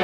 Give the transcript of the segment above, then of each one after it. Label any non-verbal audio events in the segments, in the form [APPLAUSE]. Oh,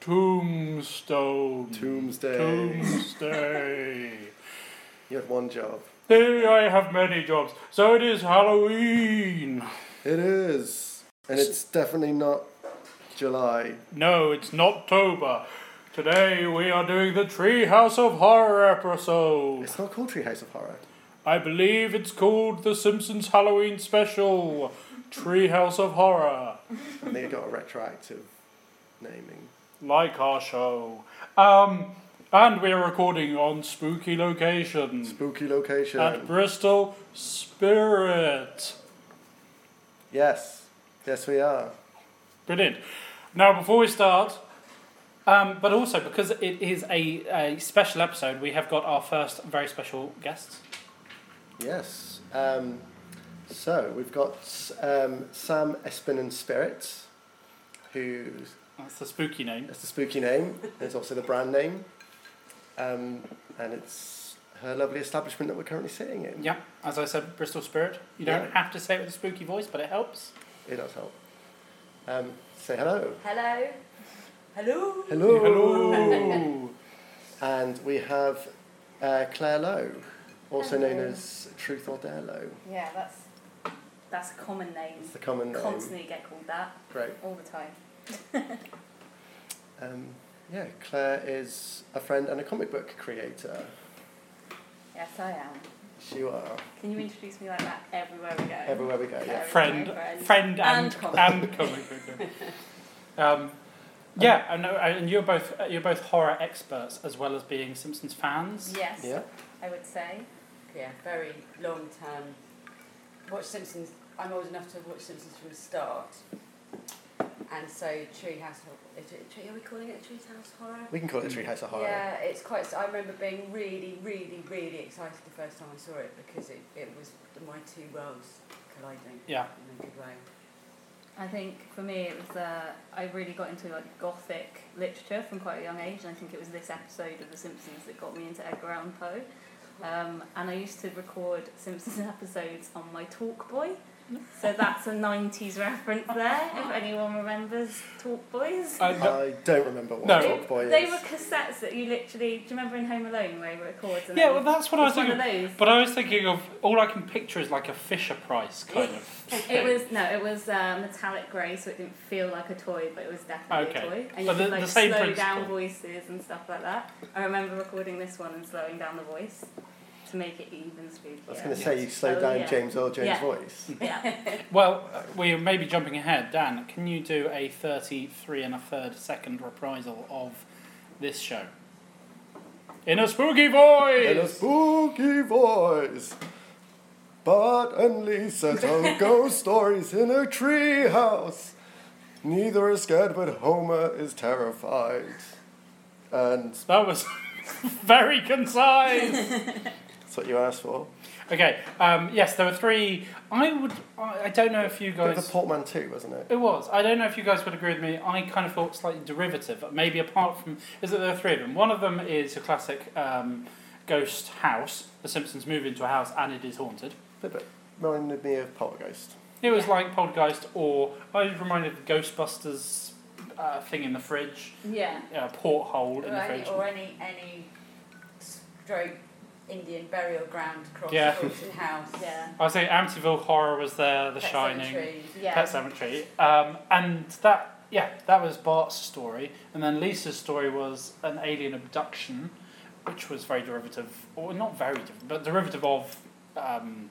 Tombstone. Tombsday. Tombstay. You had one job. hey, I have many jobs. So it is Halloween. It is. And it's definitely not July. No, it's not Toba. Today we are doing the Treehouse of Horror episode. It's not called Treehouse of Horror. I believe it's called The Simpsons Halloween Special Treehouse of Horror, And they got a retroactive naming. like our show. Um, and we're recording on spooky location Spooky location. at Bristol Spirit. yes. Yes, we are. Brilliant. Now, before we start, Um, but also because it is a, a special episode, we have got our first very special guest. Yes. Um, so we've got um, Sam Espin and Spirit, who's That's the spooky name. That's the spooky name. It's also the brand name. Um, and it's her lovely establishment that we're currently sitting in. Yeah, as I said, Bristol Spirit. You don't Yeah. have to say it with a spooky voice, but it helps. It does help. Um, say hello. Hello. Hello. Hello. hello. [LAUGHS] And we have uh, Claire Lowe, also known Hello. as Truth or Dare Lowe. Yeah, that's that's a common name. It's the common name. Constantly get called that Great. all the time. Um, yeah, Claire is a friend and a comic book creator. Yes, I am. She you are. Can you introduce me like that everywhere we go? Everywhere we go, yeah. Everywhere Friend, we go, friend, and common. and comic book name. Um, yeah, I know, and you're both uh, you're both horror experts as well as being Simpsons fans. yes, Yeah. I would say. Yeah, very long term. Watch Simpsons. I'm old enough to have watched Simpsons from the start. And so Treehouse Horror. Is it, tree, are we calling it Treehouse Horror? We can call it Treehouse of Horror. Yeah, it's quite. s- I remember being really, really, really excited the first time I saw it because it, it was my two worlds colliding Yeah. in a good way. I think for me it was uh, I really got into like gothic literature from quite a young age, and I think it was this episode of The Simpsons that got me into Edgar Allan Poe. Um, and I used to record Simpsons [LAUGHS] episodes on my Talkboy, so that's a '90s reference there. If anyone remembers Talkboys, Uh, no- I don't remember what No. Talk Boy is. they were cassettes that you literally. Do you remember in Home Alone where he records? And yeah, then well, that's what I was it's one thinking. of those. But I was thinking of all I can picture is like a Fisher Price kind of. [LAUGHS] It thing. was no, it was uh, metallic grey, so it didn't feel like a toy, but it was definitely Okay. a toy. But And you the- could the like same slow principle. down voices and stuff like that. I remember recording this one and slowing down the voice to make it even spookier. I was going to say you slowed Oh, down yeah. James Earl Jones' Yeah. voice. [LAUGHS] yeah. Well, uh, we may be jumping ahead. Dan, can you do a 33 and a third second reprisal of this show? In a spooky In a voice! spooky voice. Bart and Lisa [LAUGHS] tell ghost stories in a treehouse. Neither is scared, but Homer is terrified. And That was [LAUGHS] very concise! that's what you asked for. okay, um, yes, there were three. I would. I, I don't know if you It was guys. a portmanteau, wasn't it? It was. I don't know if you guys would agree with me. I kind of thought slightly derivative, maybe apart from is that there are three of them. One of them is a classic um, ghost house. The Simpsons move into a house and it is haunted. Bit, bit reminded me of Poltergeist. It was like Poltergeist, or I was reminded of Ghostbusters uh, thing in the fridge, yeah. uh, porthole in Or the any, fridge. or any any stroke Indian burial ground cross Yeah. haunted house. Yeah. I say Amityville Horror was there, The Pet Shining, cemetery. Yeah. Pet Cemetery, um, and that yeah, that was Bart's story, and then Lisa's story was an alien abduction, which was very derivative, or not very different, but derivative of. Um,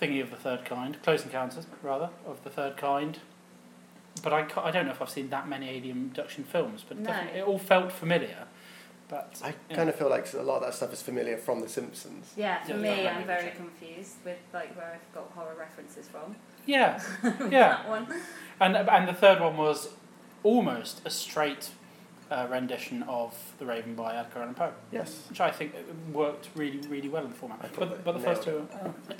Thingy of the third kind, close encounters rather of the third kind, but I, ca- I don't know if I've seen that many alien abduction films, but No. definitely it all felt familiar. But I yeah. kind of feel like a lot of that stuff is familiar from The Simpsons. Yeah, for Yeah, me, yeah. I'm very confused with like where I've got horror references from. [LAUGHS] yeah, yeah. That one. And and the third one was almost a straight uh, rendition of The Raven by Edgar Allan Poe, Yes. which I think worked really really well in the format. I thought But they but the first two, nailed oh, I d-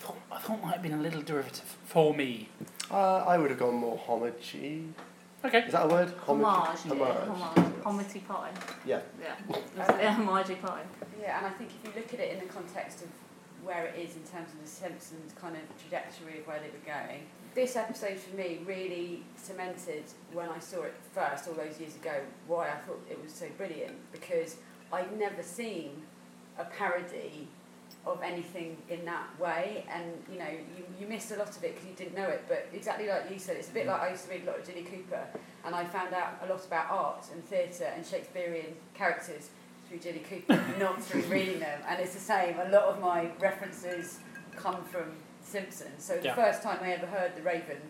thought I thought might have been a little derivative for me. Uh, I would have gone more homage Okay. Is that a word? Homage. Homage. yeah, Homage. Homity pie. Yeah. Yeah. Was it- yeah, homage pie. Yeah, and I think if you look at it in the context of where it is in terms of the Simpsons kind of trajectory of where they were going, this episode for me really cemented when I saw it first all those years ago why I thought it was so brilliant because I'd never seen a parody of anything in that way and you know you, you missed a lot of it because you didn't know it but exactly like you said it's a Mm. bit like I used to read a lot of Jilly Cooper and I found out a lot about art and theatre and Shakespearean characters through Jilly [LAUGHS] Cooper, not through reading them. And it's the same. A lot of my references come from Simpsons. So the Yeah. first time I ever heard The Raven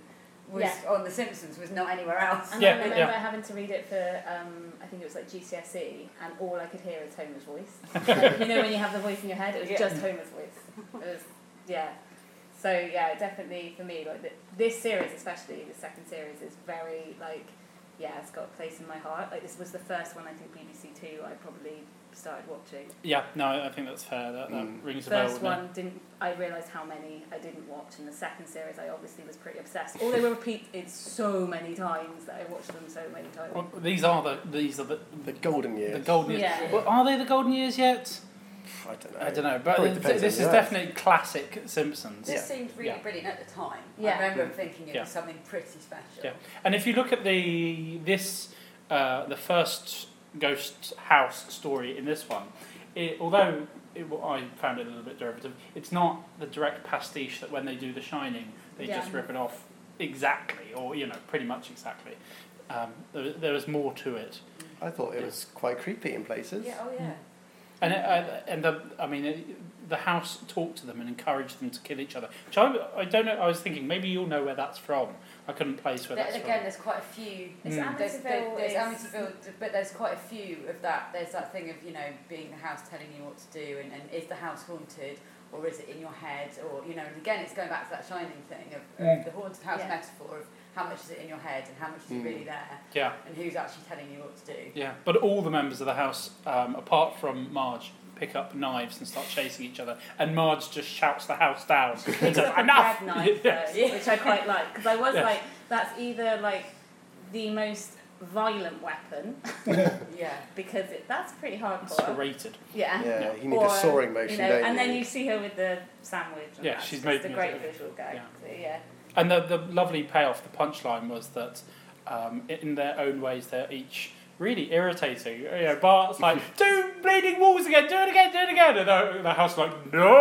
was Yeah. on The Simpsons, was not anywhere else. And Yeah, I remember yeah. having to read it for, um, I think it was like GCSE, E, and all I could hear is [LAUGHS] Homer's voice. Like, you know, when you have the voice in your head, it was Yeah. just Homer's voice. It was, yeah. So yeah, definitely for me, like th this series, especially the second series, is very like, yeah, it's got a place in my heart. Like this was the first one I think BBC Two I probably started watching. Yeah. No, I think that's fair. That, that Mm. rings a bell. First with me. one didn't. I realised how many I didn't watch, and the second series I obviously was pretty obsessed. Although I repeated so many times that I watched them so many times. Well, these are the these are the The golden years. the golden years. Yeah. Well, are they the golden years yet? I don't know. I don't know, but Uh, Probably th- depends this on the is earth. definitely classic Simpsons. It just seemed really Yeah. Mm. brilliant at the time. Yeah. I remember thinking it Yeah. was something pretty special. Yeah. And if you look at the this uh, the first ghost house story in this one, it, although it, wa- I found it a little bit derivative, it's not the direct pastiche that when they do The Shining, they Yeah. just rip it off exactly, or you know, pretty much exactly. Um, there, there was more to it, I thought it was quite creepy in places. Yeah, oh Mm. yeah. and it, uh, and the I mean. It, the house talked to them and encouraged them to kill each other. Which I, I don't know. I was thinking maybe you'll know where that's from. I couldn't place where There- that's again, there's quite a few. It's Mm. There's, there, Amityville. there's is- Amityville, but there's quite a few of that. There's that thing of you know being the house telling you what to do, and, and is the house haunted or is it in your head, or you know. And again, it's going back to that shining thing of, Mm. of the haunted house Yeah. metaphor of how much is it in your head and how much is Mm. it really there, from. Yeah. and who's actually telling you what to do. Yeah, but all the members of the house, um, apart from Marge, pick up knives and start chasing each other, and Marge just shouts the house down. and Picks says, up a Enough! bread knife, [LAUGHS] Yes. though, which I quite like because I was Yes. like, that's either like the most violent weapon Yeah. because it, that's pretty It's hardcore. serrated. Yeah. Yeah, Yeah. he needed Or, a soaring motion, You know, don't and then he? you see her with the sandwich. And Yeah, that's she's just made a me great do it. visual gag. Yeah. So, yeah. And the, the lovely payoff, the punchline was that um, in their own ways, they're each really irritating. You know, Bart's [LAUGHS] like, do bleeding walls again, do it again, do it again. And the, the house like,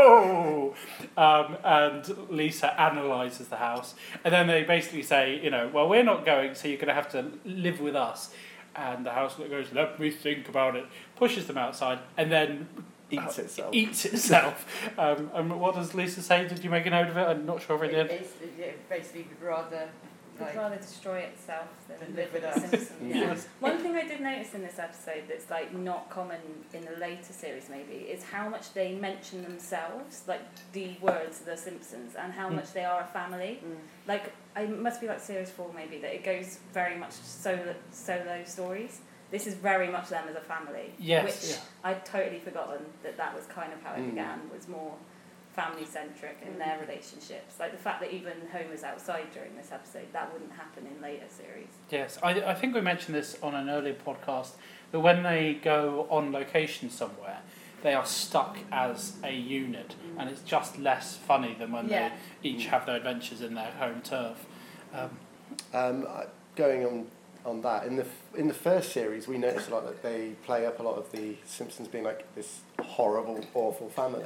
no. Um, and Lisa analyses the house. And then they basically say, you know, well, we're not going, so you're going to have to live with us. And the house goes, let me think about it, pushes them outside, and then uh, Eats itself. eats itself. [LAUGHS] um, and what does Lisa say? Did you make a note of it? I'm not sure if I It, did. it's, it basically would rather I'd like rather destroy itself than than live live with with us. the Simpsons. Yeah. Yes. One thing I did notice in this episode that's like not common in the later series maybe is how much they mention themselves, like the words the Simpsons, and how Mm. much they are a family. Mm. Like I must be like series four maybe that it goes very much solo solo stories. This is very much them as a family. Yes, Which yeah. I'd totally forgotten that that was kind of how it Mm. began was more family centric in their relationships. Like the fact that even Homer's outside during this episode, that wouldn't happen in later series. Yes, I, I think we mentioned this on an earlier podcast that when they go on location somewhere, they are stuck as a unit, and it's just less funny than when Yeah. they each have their adventures in their home turf. Um, Um, I- going on on that in the f- in the first series, we noticed a lot that they play up a lot of the Simpsons being like this horrible, awful family,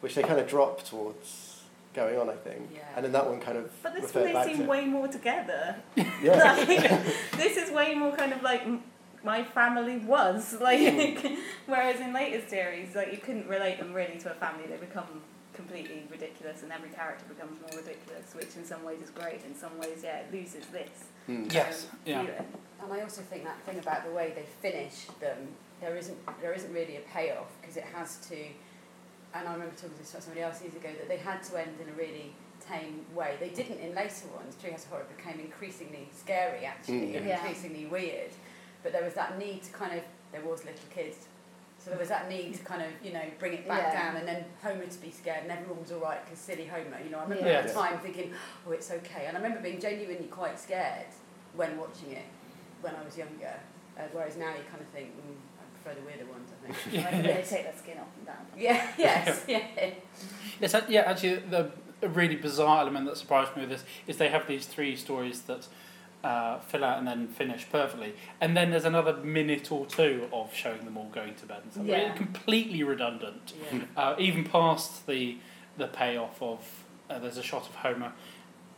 which they kind of drop towards going on, I think. Yeah. And then that one kind of But this referred one, they back to [LAUGHS] seem way more together. yeah. [LAUGHS] Like, this is way more kind of like m- my family was. [LAUGHS] Like, whereas in later series, like you couldn't relate them really to a family. They become completely ridiculous, and every character becomes more ridiculous, which in some ways is great. In some ways, yeah, it loses this. Hmm. yes, um, yeah. feeling. And I also think that thing about the way they finish them, there isn't there isn't really a payoff because it has to. And I remember talking to somebody else years ago that they had to end in a really tame way. They didn't in later ones. Treehouse of Horror became increasingly scary, actually, Mm. and Yeah. increasingly weird. But there was that need to kind of there was little kids. So there was that need to kind of, you know, bring it back Yeah. down and then Homer to be scared and everyone was all right because silly Homer, you know. I remember at Yeah. the time thinking, oh, it's okay. And I remember being genuinely quite scared when watching it when I was younger. Uh, whereas now you kind of think, mm, I prefer the weirder ones, I think. [LAUGHS] Like, they take that skin off and down. yeah, [LAUGHS] yes, yeah. Yes, that- yeah, actually, the a really bizarre element that surprised me with this is they have these three stories that uh, fill out and then finish perfectly, and then there's another minute or two of showing them all going to bed. And stuff. Yeah. It's completely redundant, yeah. uh, even past the the payoff of uh, there's a shot of Homer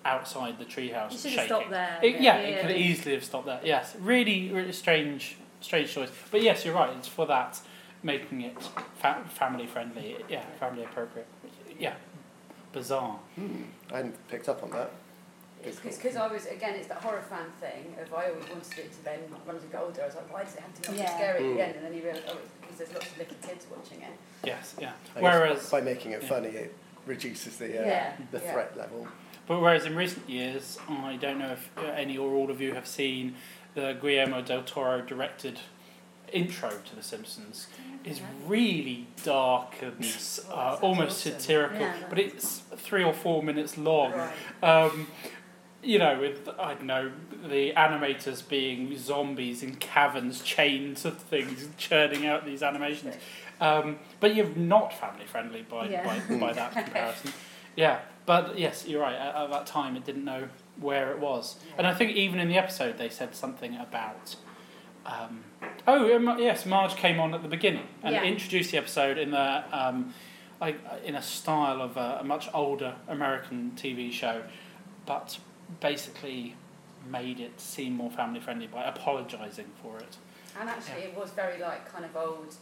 outside the treehouse You should shaking. have stopped there. It, yeah, it could really. easily have stopped there. Yes, really, really strange, strange choice. But yes, you're right. It's for that, making it fa- family friendly. Yeah, family appropriate. Yeah, bizarre. Hmm, I hadn't picked up on that. It's because I was again, it's that horror fan thing of I always wanted it to then when I got older, I was like, why does it have to be Yeah. scary Mm. at the end? And then you realise, oh, it's because there's lots of little kids watching it. Yes, yeah. I guess Whereas, by making it yeah. funny, it reduces the uh, Yeah. the Yeah. threat level. but whereas in recent years, I don't know if uh, any or all of you have seen the Guillermo del Toro directed intro to The Simpsons. Is really dark and uh, sounds almost awesome. satirical, Yeah, but it's three or four minutes long. Right. um, you know, with I don't know the animators being zombies in caverns chained to things, [LAUGHS] churning out these animations. Um, but you're not family friendly by Yeah. by, by [LAUGHS] that comparison. Yeah, but yes, you're right. At, at that time, it didn't know where it was, and I think even in the episode they said something about. Um, oh yeah, Ma- yes, Marge came on at the beginning and Yeah. introduced the episode in the um, like in a style of a, a much older American TV show, but basically made it seem more family friendly by apologising for it. And actually, it was very like kind of old,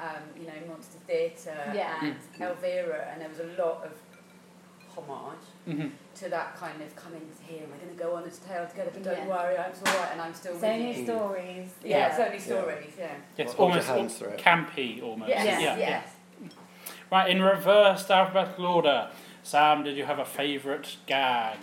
um, you know, monster theatre Yeah. and Elvira, and there was a lot of homage Mm-hmm. to that kind of coming here. Am I going to go on this tale together? But don't Yeah. worry, I'm all right, and I'm still It's with only you. stories. Yeah, it's Yeah. only stories. Yeah. Yes, Hold your almost hands through it. campy, almost. Yes, Yeah. yes. yeah. Right, in reversed alphabetical order. Sam, did you have a favourite gag?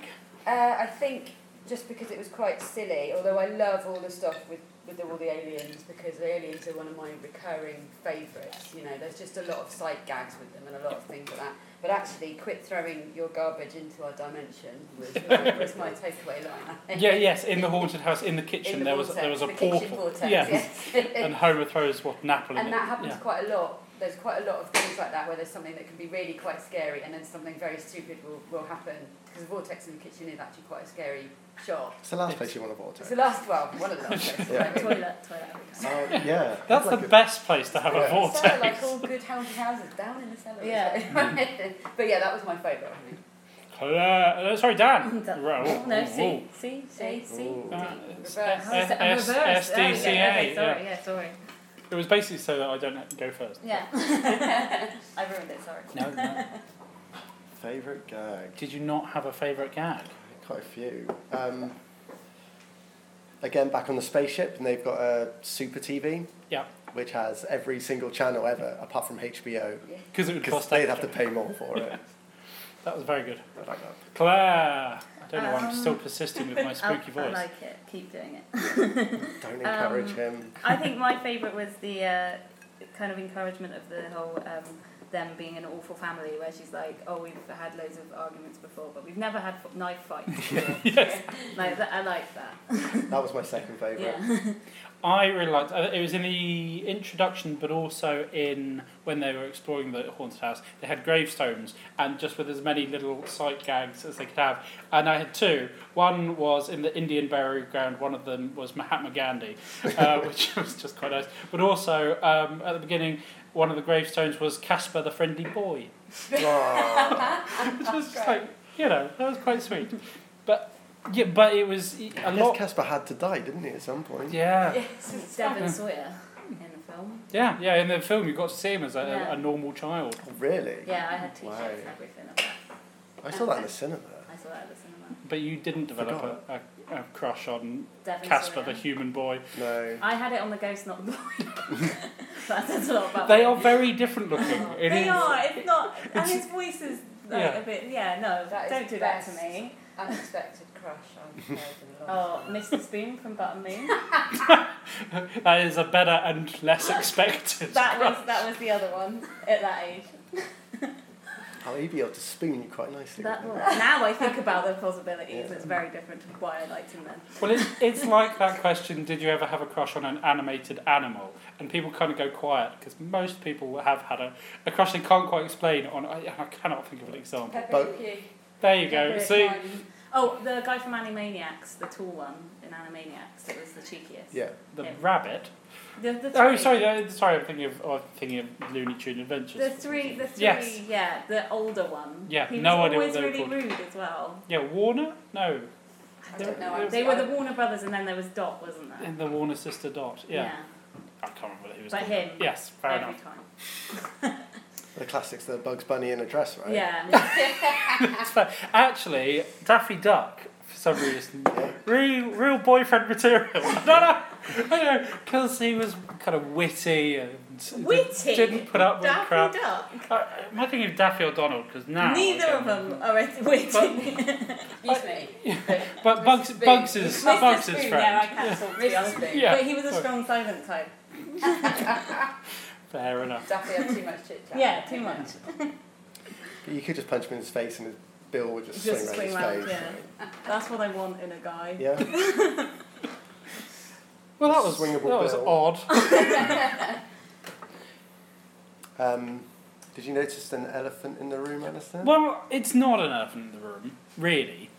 Uh, I think just because it was quite silly, although I love all the stuff with, with all the aliens, because the aliens are one of my recurring favourites. You know, there's just a lot of side gags with them and a lot of things like that. But actually, quit throwing your garbage into our dimension was my, was my takeaway line. I think. Yeah, yes, in the haunted house, in the kitchen, In the there was vortex, there was a the kitchen portal. vortex, yes. yes. and Homer throws what an apple in and it. that happens yeah. quite a lot. There's quite a lot of things like that where there's something that can be really quite scary, and then something very stupid will, will happen. Because the vortex in the kitchen is actually quite a scary shot. It's the last Yes. place you want to It's vortex. the last well, one of the last places. Yeah. maybe. Toilet, toilet. Oh yeah, That's It's like the a- best place to have a [LAUGHS] Yeah. It's sort of vortex. like all good healthy houses down in the cellar. Yeah. [LAUGHS] but yeah, that was my favourite. I think. Claire, uh, sorry, [LAUGHS] Dan. Dan. Right, oh, No, oh, see, see, see, see. Ooh. oh. Uh, it's Reverse. Oh, it's- I'm S- reversed. S- There we SDCA, go. yeah. Okay, sorry, yeah, sorry. It was basically so that I don't have to go first. [LAUGHS] Yeah. I ruined it, sorry. No, no. [LAUGHS] favorite gag. Did you not have a favourite gag? Quite a few. Um, again, back on the spaceship, and they've got a super TV. Yeah. Which has every single channel ever, apart from HBO, Because it would because cost they'd extra. have to pay more for it. That was very good. I like that. Claire! I don't know why I'm Um, still persisting [LAUGHS] with my I, spooky I voice. like it. Keep doing it. Don't encourage Um, him. I think my favourite was the uh, kind of encouragement of the whole um, them being an awful family, where she's like, "Oh, we've had loads of arguments before, but we've never had f- knife [LAUGHS] fights." before." yes. [LAUGHS] like that, I like that. That was my second favourite. [LAUGHS] Yeah, I really liked uh, it. was in the introduction, but also in when they were exploring the haunted house. They had gravestones, and just with as many little sight gags as they could have. And I had two. One was in the Indian burial ground. One of them was Mahatma Gandhi, uh, which was just quite nice. But also um, at the beginning, one of the gravestones was Casper the Friendly Boy. [LAUGHS] Aw. Which was just like, you know, that was quite sweet. But yeah, but it was a I guess lot. Casper had to die, didn't he, at some point? Yeah, it's Devon Sawyer in the film. yeah, yeah. In the film, you got to see him as a, Yeah. a normal child. Really? Yeah, I had t-shirts Wow. and everything. Of that. I saw that in the cinema. I saw that that at the cinema. But you didn't develop a, a, a crush on Definitely Casper the Serena. human boy. No. I had it on the ghost, not the boy. [LAUGHS] [LAUGHS] that says a lot about They me. are very different [LAUGHS] looking. It they is- are. It's not, [LAUGHS] and his voice is like Yeah. a bit. Yeah, no, That is don't do the that to best. me. [LAUGHS] Unexpected crush on Ted and Oh, Lauren. Mr. Spoon from [LAUGHS] Button Moon. That is a better and [LAUGHS] less expected. That was that was the other one at that age. I'll be able to spoon you quite nicely. That wouldn't was, I? now I think about the possibilities. Yeah. It's very different to why I liked him then. Well, it's, it's like that question did you ever have a crush on an animated animal? And people kind of go quiet because most people have had a, a crush they can't quite explain on. I, I cannot think of an example. Peppa But- Pig. There you go. See, Oh, the guy from Animaniacs, the tall one in Animaniacs, that was the cheekiest. Yeah. the Yeah. rabbit. The, the three, Oh, sorry, uh, sorry, I'm thinking of, oh, I'm thinking of Looney Tune Adventures. The three, the three, Yes. yeah, the older one. Yeah, he no was idea what always they were really called. rude as well. Yeah, Warner? No. I don't know. I'm They were the sorry. Warner Brothers, and then there was Dot, wasn't there? And the Warner sister Dot. Yeah. I can't remember who was But called that. him. Yes, fair every enough. time. The classics, the Bugs Bunny in a dress, right? [LAUGHS] Yeah, It's fair. Actually, Daffy Duck, for some [LAUGHS] reason, real, real boyfriend material. [LAUGHS] no, no, no, because he was kind of witty and Witty? didn't put up with Daffy crap. Duck. Uh, am I thinking of Daffy O'Donnell? Because now Neither of them are at [LAUGHS] waiting. Excuse me. But Bugs, Spoon. Bugs is Mr. Bugs is Spoon, yeah, I friend. cancelled. to be Mr. honest. Spoon. Yeah. But he was a sorry. strong silent type. Fair enough. Daffy had too much chit chat. Yeah, too much. But you could just punch him in his face and his bill would just, Just swing swing round round, his face. yeah. That's what I want in a guy. Yeah. Well, that was Swingable that was bill. odd. Um, did you notice an elephant in the room, Alistair? well, it's not an elephant in the room, really,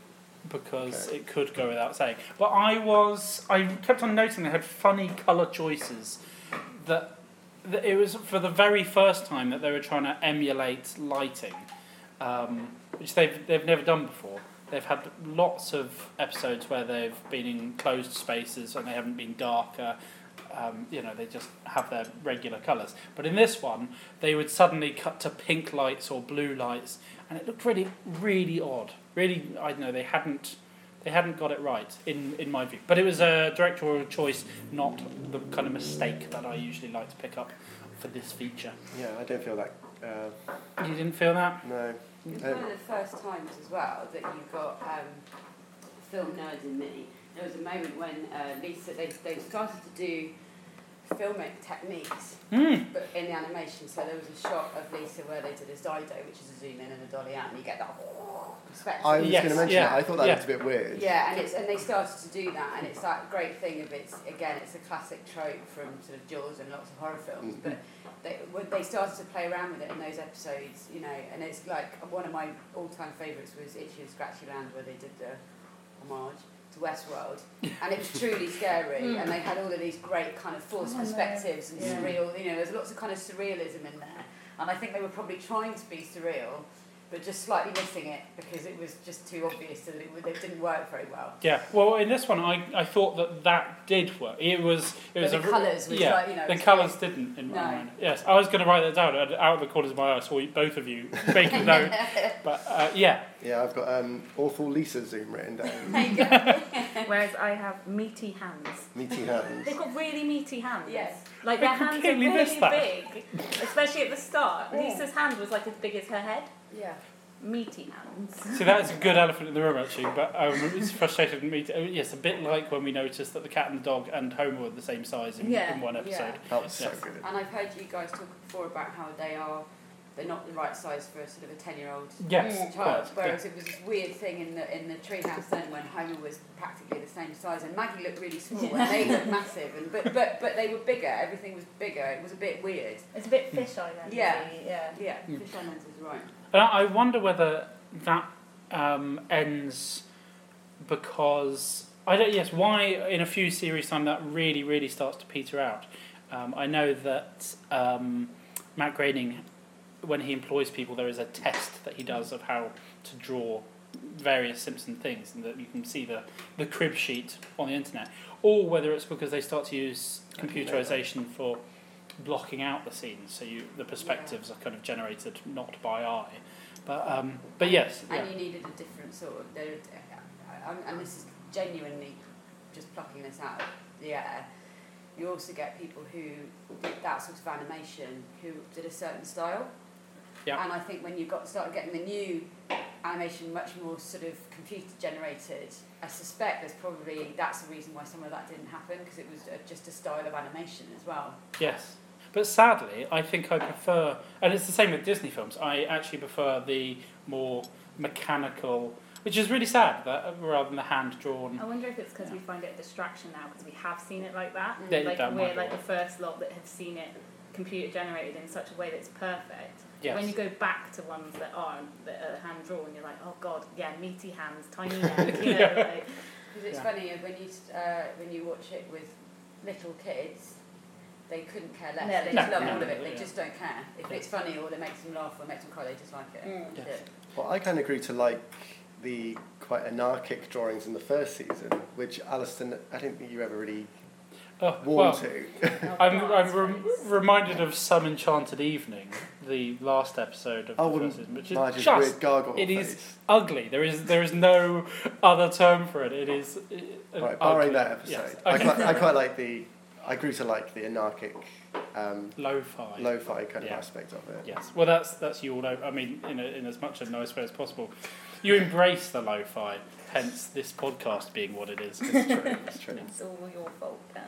because Okay. it could go without saying. But I was I kept on noting they had funny color choices that. that It was for the very first time that they were trying to emulate lighting, um, which they've they've never done before. They've had lots of episodes where they've been in closed spaces and they haven't been darker. Um, you know, they just have their regular colours. But in this one, they would suddenly cut to pink lights or blue lights, and it looked really, really odd. Really, I don't know. They hadn't, they hadn't got it right in in my view. But it was a directorial choice, not the kind of mistake that I usually like to pick up for this feature. Yeah, I don't feel that. Uh, You didn't feel that? no. It's one of the first times as well that you got um, film nerd in me. There was a moment when uh, Lisa they they started to do filmic techniques, Hmm. but in the animation. So there was a shot of Lisa where they did a Dido, which is a zoom in and a dolly out, and you get that perspective. I was Yes, going to mention yeah, that. I thought that yeah. looked a bit weird. Yeah, and it's and they started to do that, and it's that great thing of it's again it's a classic trope from sort of Jaws and lots of horror films, Mhm. but they when they started to play around with it in those episodes, you know, and it's like one of my all time favourites was Itchy and Scratchy Land where they did the homage to Westworld, and it was truly [LAUGHS] scary, Mm. and they had all of these great kind of forced Oh, no. perspectives and Yeah. surreal, you know, there's lots of kind of surrealism in there, and I think they were probably trying to be surreal. But just slightly missing it because it was just too obvious and it, it didn't work very well. Yeah. Well, in this one, I, I thought that that did work. It was it was But the a, colours was yeah. like, you know, it the was colours didn't in my No. mind. Yes, I was going to write that down. and Out of the corners of my eye, I saw you- both of you [LAUGHS] making [LAUGHS] note. But uh, yeah, Yeah, I've got um, awful Lisa Zoom written down. Whereas I have meaty hands. Meaty hands. They've got really meaty hands. Yes. Like I their hands are completely really missed that. big, especially at the start. Yeah. Lisa's hand was like as big as her head. Yeah. Meaty hands. see that is a good elephant in the room actually. But um, it's frustrating me. To, oh, yes, a bit like when we noticed that the cat and the dog and Homer were the same size in, Yeah, in one yeah. episode. That was so Yes. good. And I've heard you guys talk before about how they are they're not the right size for a sort of a ten year old Yes, child. quite, Whereas it was this weird thing in the in the treehouse then when Homer was practically the same size and Maggie looked really small and they looked massive and but, but but they were bigger, everything was bigger, it was a bit weird. It's a bit fish eye then. Yeah. really, Yeah. Yeah, Mm. fish islands is right. And I I wonder whether that um, ends because I don't. Yes, why in a few series time that really really starts to peter out. Um, I know that um, Matt Groening, when he employs people, there is a test that he does of how to draw various Simpson things, and that you can see the the crib sheet on the internet. Or whether it's because they start to use computerization for blocking out the scenes, so you the perspectives are kind of generated not by eye. But um, but yes, yeah. and you needed a different sort of there, uh, and- and this is genuinely just plucking this out of the air you also get people who did that sort of animation who did a certain style Yeah. and i think when you got started getting the new animation much more sort of computer generated i suspect there's probably that's the reason why some of that didn't happen because it was uh, just a style of animation as well yes. But sadly, I think I prefer, and it's the same with Disney films. I actually prefer the more mechanical, which is really sad, that rather than the hand drawn. I wonder if it's because we find it a distraction now because we have seen it like that. Mm. That- like that might we're be like why. the first lot that have seen it computer generated in such a way that's perfect. Yes. When you go back to ones that aren't that are hand drawn, you're like, oh god, yeah, meaty hands, [LAUGHS] tiny hands, you know, Yeah. like Because it's Yeah. funny uh, when you uh, when you watch it with little kids, they couldn't care No, less. they they just don't love care. all of it. They Yeah. just don't care if Yeah. it's funny or it makes them laugh or makes them cry. They just like it. Mm. That's Yeah. it. Well, I kind of grew to like the quite anarchic drawings in the first season, which Alison, I don't think you ever really Oh, warmed well, to. oh, I'm, God, I'm it's rem- nice. reminded of Some Enchanted Evening, the last episode of I the first wouldn't season, which Marge's is just weird gargoyle it is- face. ugly. There is there is no other term for it. It is. uh, an Right, barring ugly- that episode, yes. I, Okay. quite, I quite like the. I grew to like the anarchic, um, Lo-fi. lo-fi kind Yeah. of aspect of it. Yes. Well, that's that's you all. Know. I mean, in, a, in as much a nice way as possible, you embrace the lo-fi. Hence, this podcast being what it is. It's true. It's true. It's all your fault, Dan.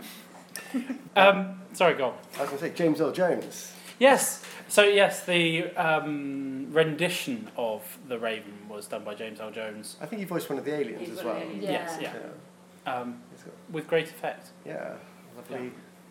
Um, sorry, go on. I was going to say James Earl Jones. Yes. So yes, the um, rendition of the Raven was done by James L. Jones. I think he voiced one of the aliens He's as one of well. the aliens. Yes. Yeah. Yeah. Um, He's got- with great effect. yeah, Lovely, Yeah.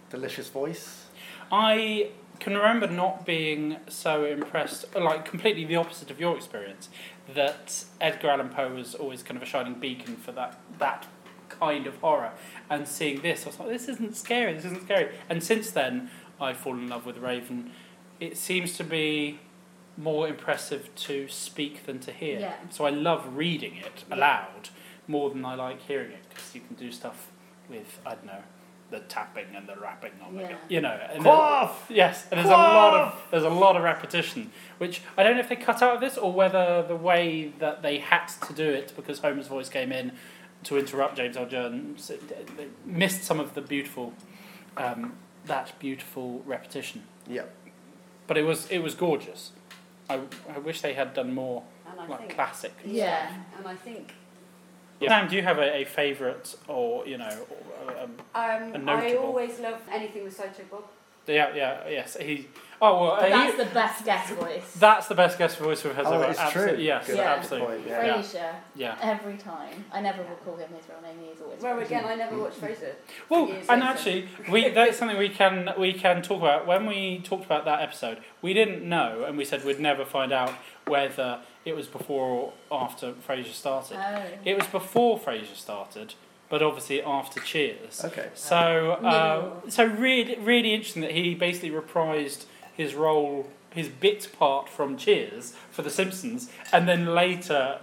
delicious voice. I can remember not being so impressed, like completely the opposite of your experience, that Edgar Allan Poe was always kind of a shining beacon for that that kind of horror. And seeing this, I was like, this isn't scary. This isn't scary. And since then, I've fallen in love with Raven. It seems to be more impressive to speak than to hear. Yeah. So I love reading it Yeah. aloud more than I like hearing it because you can do stuff with I don't know the tapping and the rapping on Yeah. the you know and Quaff! there- yes and there's a lot of there's a lot of repetition which I don't know if they cut out of this or whether the way that they had to do it because Homer's voice came in to interrupt James L. Jones it- it- they missed some of the beautiful um, that beautiful repetition Yeah. but it was it was gorgeous I, I wish they had done more And I like think classic Yeah. And I think Sam do you have a, a favourite or you know or, um, A um, I notable. always love anything with Sideshow Bob. Yeah, yeah, yes. He. Oh well, he- That's the best guess voice. that's the best guest voice we've had. Oh, ever. it's Absolute- true. Yes, Good Yeah. absolutely. point. Yeah. Frasier, Yeah. every time. I never will call him his real name, he is always Well, Frasier. again, I Mm. never watched Frasier. Well, Years and later. actually, we that's something we can we can talk about. When we talked about that episode, we didn't know, and we said we'd never find out whether it was before or after Frasier started. Oh. It was before Frasier started, but obviously after Cheers. Okay. So, Middle. uh, so really, really interesting that he basically reprised his role, his bit part from Cheers for The Simpsons, and then later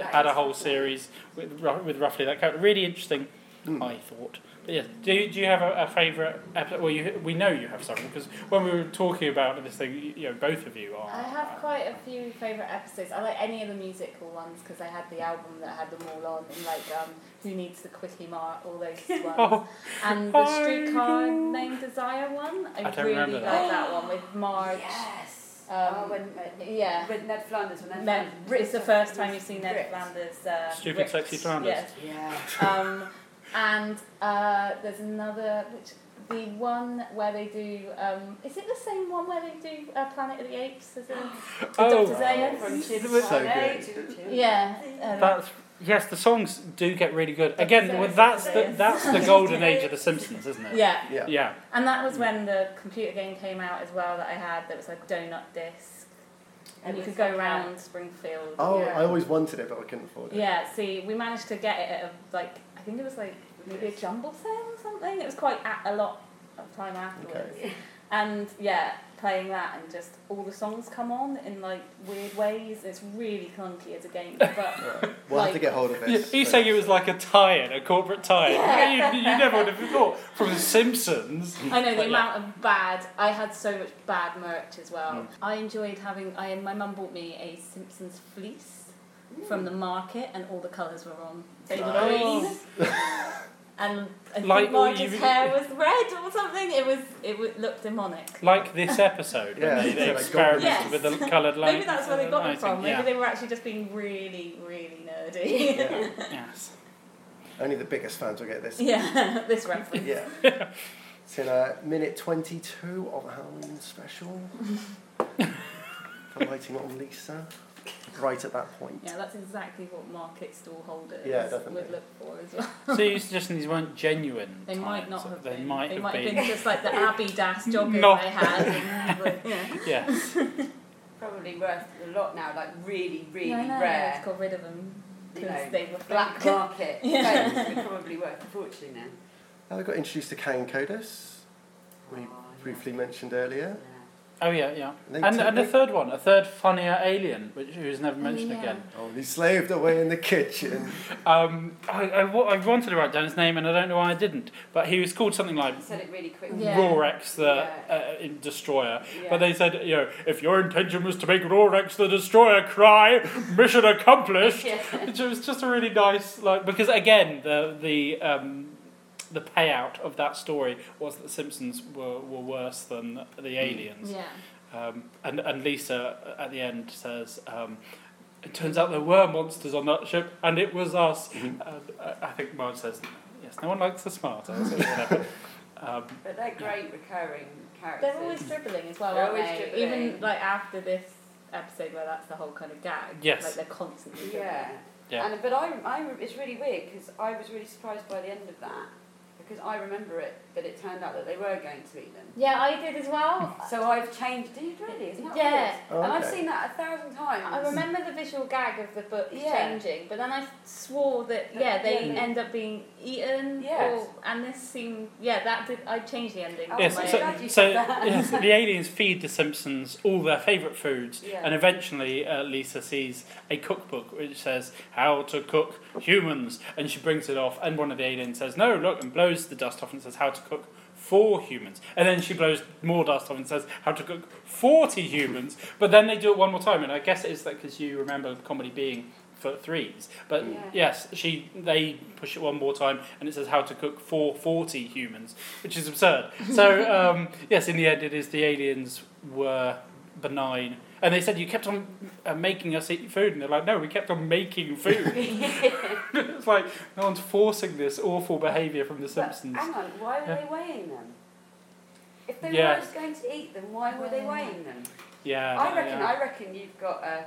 had a whole series with ru- with roughly that character. Really interesting, Hmm. I thought. But yeah, do you, do you have a, a favourite episode? Well, you, we know you have several because when we were talking about this thing, you, you know, both of you are. I have quite a few favourite episodes. I like any of the musical ones because I had the album that had them all on, and like um, Who Needs the Quickie Mart, all those ones. Oh, And the I Streetcar do. Named Desire one, I, I don't really remember like that. that. one with Marge. Yes. Um, oh, when, uh, yeah. With Ned Flanders. When Ned Ned, Flanders it's the first time you've seen Ned Ripped. Flanders. Uh, Stupid ripped. Sexy Flanders. Yeah. Yeah. Um, and uh, there's another, which the one where they do. Um, is it the same one where they do uh, Planet of the Apes? As in the Oh. Dr. Zayas? From Chip So Chip- Chip- Yeah. uh, That's yes. The songs do get really good. Again, Yes, well, that's the yes. that's the [LAUGHS] golden age of The Simpsons, isn't it? yeah. Yeah. Yeah. And that was when the computer game came out as well that I had that was like donut disc. And you could go around Springfield. Oh, yeah. I always wanted it, but I couldn't afford it. Yeah, see, we managed to get it at a, like, I think it was like maybe a jumble sale or something. It was quite at a lot of time afterwards. Okay. And yeah, playing that, and just all the songs come on in like weird ways. It's really clunky as a game, but Yeah. We'll have to get hold of You, it. [LAUGHS] you saying it was like a tie-in, a corporate tie-in. Yeah. You, you never would have thought from The Simpsons. I know But yeah. the Mm. amount of bad. I had so much bad merch as well. I enjoyed having. I my mum bought me a Simpsons fleece from the market, and all the colours were on. They were Nice. green. [LAUGHS] And I Like think all Marge's you- hair was red or something. It was it w- looked demonic. Like this episode, Yeah, when they, they so like experimented golden- with the coloured light. [LAUGHS] Maybe that's where they got it lighting, from. Maybe yeah. they were actually just being really, really nerdy. Yeah. Yes. Only the biggest fans will get this. [LAUGHS] yeah, [LAUGHS] this reference. Yeah. It's in uh, minute 22 of Halloween special. the lighting on Lisa. Right at that point. Yeah, that's exactly what market stall holders Yeah, definitely. would look for as well. So you're suggesting these weren't genuine? They might times, not or have They been. might they have might been. have been just like the Abidas joggers No. I had. and, like, yeah. yes. Probably worth a lot now, like really, really yeah, I know, rare. I've got rid of them You because know, they were Black fake. market. [LAUGHS] Yeah. yeah. probably worth a fortune now. Now we got introduced to Kane Codus. We Oh, briefly mentioned earlier. Yeah. Oh yeah, yeah. [LAUGHS] They And, took and a the- third one, a third funnier alien, which who's never Oh, mentioned yeah. again. Oh, he slaved away in the kitchen. Um, I, I, wa- I wanted to write down his name, and I don't know why I didn't. But he was called something like I said it really quick. Yeah. Rorex the Yeah. uh, in- Destroyer. Yeah. [LAUGHS] But they said, you know, if your intention was to make Rorex the Destroyer cry, mission accomplished. Yeah. Which was just a really nice, like, because again, the the um, the payout of that story was that the Simpsons were, were worse than the aliens. Yeah. Um, and, and Lisa uh, at the end says, um, It turns out there were monsters on that ship, and it was us. And I, I think Marge says, Yes, no one likes the smart. ass," or whatever. um, But they're great recurring characters. They're always dribbling as well, They're aren't always they? dribbling. Even like after this episode where that's the whole kind of gag. Yes. Like they're constantly dribbling. Yeah. Yeah. And but I, I, it's really weird because I was really surprised by the end of that because I remember it, but it turned out that they were going to eat them. Yeah, I did as well. So I've changed. Did really? Isn't that Yeah. weird? Oh, And I've okay. seen that a thousand times. I remember the visual gag of the book Yeah. changing, but then I swore that That- yeah they yeah. end up being eaten. Yes. Or, and this seemed yeah that did I changed the ending. Oh, on yes, my so, own. God, you so said that. yes, [LAUGHS] the aliens feed the Simpsons all their favourite foods, Yeah. and eventually uh, Lisa sees a cookbook which says how to cook humans, and she brings it off, and one of the aliens says, "No, look," and blows the dust off and says, "How to cook." For humans, and then she blows more dust off and says how to cook forty humans. But then they do it one more time, and I guess it is that because you remember comedy being for threes. But Yeah. yes, she they push it one more time, and it says how to cook for forty humans which is absurd. [LAUGHS] So um, yes, in the end, it is the aliens were benign, and they said you kept on uh, making us eat food, and they're like, no, we kept on making [LAUGHS] food. [LAUGHS] it's like no one's forcing this awful behaviour from the Simpsons. But hang on, why were Yeah. they weighing them? If they Yeah. were just going to eat them, why were they weighing them? Yeah, I reckon. yeah. I reckon you've got a.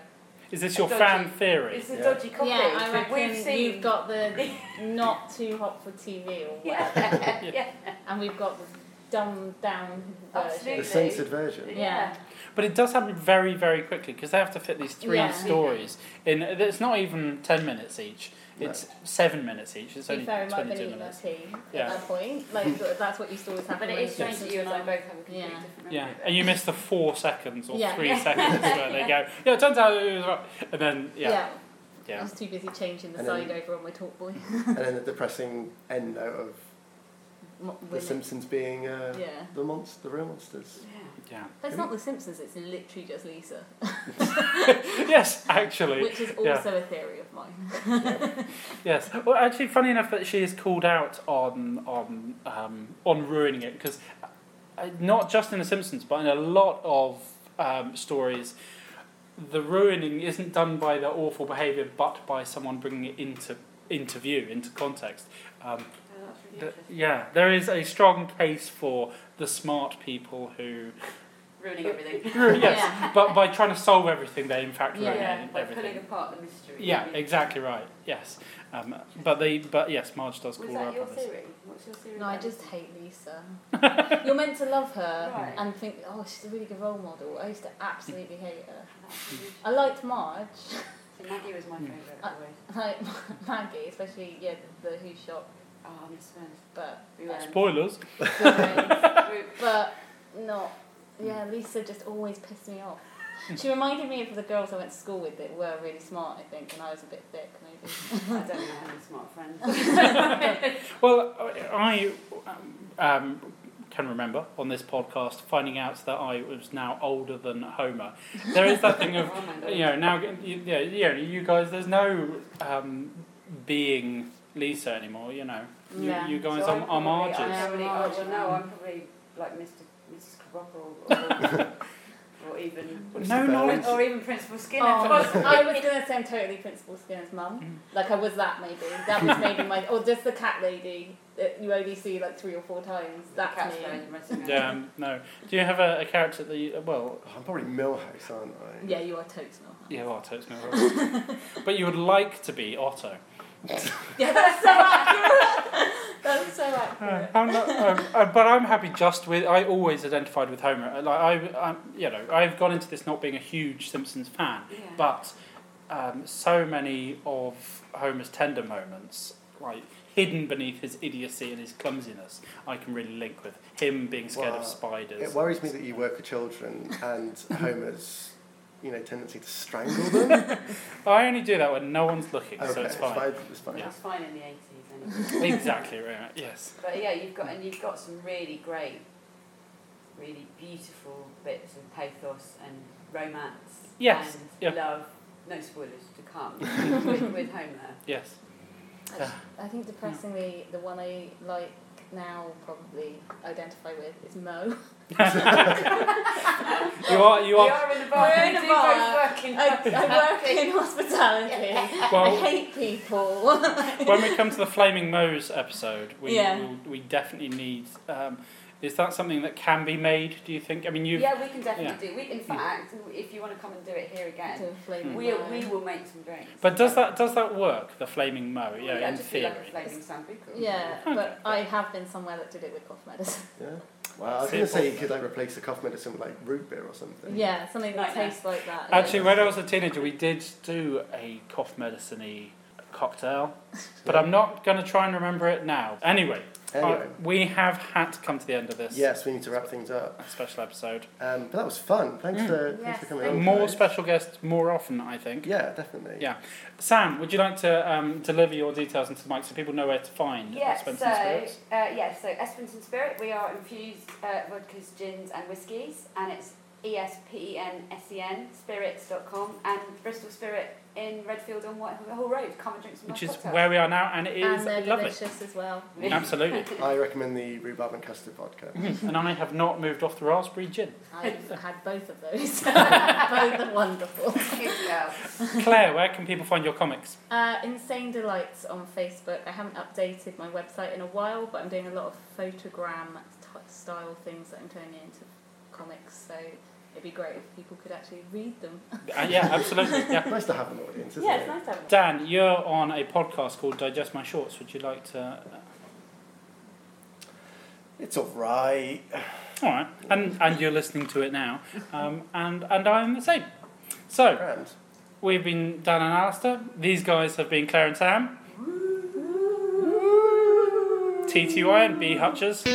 Is this your Dodgy. fan theory? It's a Yeah. dodgy copy. Yeah, I but reckon we've seen. you've got the not too hot for TV or whatever, [LAUGHS] yeah. yeah. and we've got the dumbed down the version. Absolutely. censored version. Yeah. But it does happen very, very quickly because they have to fit these three Yeah. stories in. It's not even ten minutes each. It's seven minutes each. It's To be only fair, it might have twenty-two been eating their minutes. tea Yeah. at that [LAUGHS] point. Like th- that's what used to always happen. But it when is strange Simpsons that you and I were- both have a completely Yeah. different memory. Yeah, of it. and you miss the four seconds or Yeah. [LAUGHS] three seconds where they go, yeah, it turns out it was right. And then, yeah. I Yeah. was too busy changing the And then- side over on my talk boy. [LAUGHS] and then the depressing end note of M- The with it. Simpsons being uh, Yeah. the monster, the real monsters. Yeah. But it's not The Simpsons, it's literally just Lisa, Yes, actually. which is also yeah. a theory of mine. Yes. Well, actually, funny enough that she is called out on on um, on ruining it because not just in The Simpsons, but in a lot of um, stories, the ruining isn't done by the awful behaviour, but by someone bringing it into into view, into context. Um, Oh, that's really Th- interesting. yeah, there is a strong case for the smart people [LAUGHS] who, [LAUGHS] Ruining everything. [LAUGHS] yes, Yeah. but by trying to solve everything, they in fact ruin Yeah, by pulling everything. apart the mystery. Yeah, exactly right. Yes, um, but they, but yes, Marge does Was call her that up your on this. theory? What's your theory? No, I about just it? [LAUGHS] hate Lisa. You're meant to love her Right. and think, oh, she's a really good role model. I used to absolutely hate her. Absolutely. I liked Marge, [LAUGHS] So Maggie was my Hmm. favourite. Uh, always. I liked [LAUGHS] Maggie, especially yeah, the, the Who shot, Oh, [LAUGHS] I'm just but [LAUGHS] We were. Spoilers. but we- but not Yeah, Lisa just always pissed me off. She reminded me of the girls I went to school with that were really smart, I think, and I was a bit thick, maybe. I don't know how many smart friends. [LAUGHS] Well, I I, um, can remember on this podcast finding out that I was now older than Homer. There is that thing of, [LAUGHS] [LAUGHS] Oh my God. you know, now, you- yeah, yeah, you guys, there's no um, being Lisa anymore, you know. You, Yeah. you guys So are, are I'm probably- I'm marges. probably- Marges. oh, well, no, I'm probably like Mr. Mrs. [LAUGHS] Krabappel or, or, or even What's No the knowledge. balance? or even Principal Skinner. [LAUGHS] Oh, I was gonna say I'm totally Principal Skinner's mum. Like I was that maybe. That was maybe my or just the cat lady that you only see like three or four times. That's me. Yeah, um, no. Do you have a, a character that you, well, I'm probably Millhouse, aren't I? Yeah, you are totes not. yeah, well, Otto's no right. [LAUGHS] But you would like to be Otto. [LAUGHS] Yeah, that's so accurate. [LAUGHS] that's so accurate. I'm not, um, uh, but I'm happy just with. I always identified with Homer. Uh, Like I, i you know, I've gone into this not being a huge Simpsons fan, Yeah. but um, so many of Homer's tender moments, like hidden beneath his idiocy and his clumsiness, I can really link with him being scared Wow. of spiders. It worries me that you work for children and Homer's, you know, tendency to strangle them. I only do that when no one's looking, okay, so it's fine. It's fine. That's fine in the 80s. Anyway. exactly right. Yes. But yeah, you've got and you've got some really great, really beautiful bits of pathos and romance. Yes, And yeah. love. No spoilers to come [LAUGHS] with, with Homer. Yes. I think depressingly the one I like now probably identify with is Mo. [LAUGHS] You are. You we [LAUGHS] are. are in a bar. We're in we a do bar. both [LAUGHS] work in I, I work in hospitality. I Well, hate people. [LAUGHS] when we come to the Flaming Moes episode, we Yeah. will, we definitely need. Um, is that something that can be made? Do you think? I mean, you. Yeah, we can definitely do. We, in fact, if you want to come and do it here again, To flame we, Mo. we will make some drinks. But does that does that work? The Flaming Moe, yeah, in just theory. Like a flaming sambuca. Yeah, Okay. but I have been somewhere that did it with cough [LAUGHS] medicine. Yeah. Wow, I was going to say you could like replace the cough medicine with like root beer or something. Yeah, something that Like that. tastes like that. Actually, when I was a teenager, we did do a cough medicine cocktail, but I'm not going to try and remember it now. Anyway, Anyway. uh, we have had to come to the end of this Yes, we need to wrap things up. special episode. Um, but that was fun. Thanks, for, thanks Yes, for coming thank on. Okay. you. Mm. More guys. special guests, more often, I think. Yeah, definitely. Yeah. Sam, would you like to um, deliver your details into the mic so people know where to find Yeah, Spence so, and Spirits? Uh, yeah, so Esperance and Spirit, we are infused uh, vodkas, gins, and whiskies, and it's E E-S-P-E-N-S-E-N, spirits.com, and Bristol Spirit in Redfield on Whitehall Hill Road. Come and drink some which nice is cocktails. [LAUGHS] where we are now, and it and is they're lovely. delicious as well. [LAUGHS] Absolutely. [LAUGHS] I recommend the rhubarb and custard vodka. [LAUGHS] and I have not moved off the raspberry gin. I've had both of [LAUGHS] those. [LAUGHS] both are wonderful. Good girl. Claire, where can people find your comics? Uh, Insane Delights on Facebook. I haven't updated my website in a while, but I'm doing a lot of photogram t- style things that I'm turning into comics, so it'd be great if people could actually read them. Uh, yeah, absolutely. [LAUGHS] Yeah. nice to have an audience, isn't yeah, it? it's nice to have them. Dan, you're on a podcast called Digest My Shorts. Would you like to? uh, It's all right. all right, and and you're listening to it now, um, and and I'm the same. So Grand. we've been Dan and Alistair. These guys have been Claire and Sam. TTY and B Hutchers.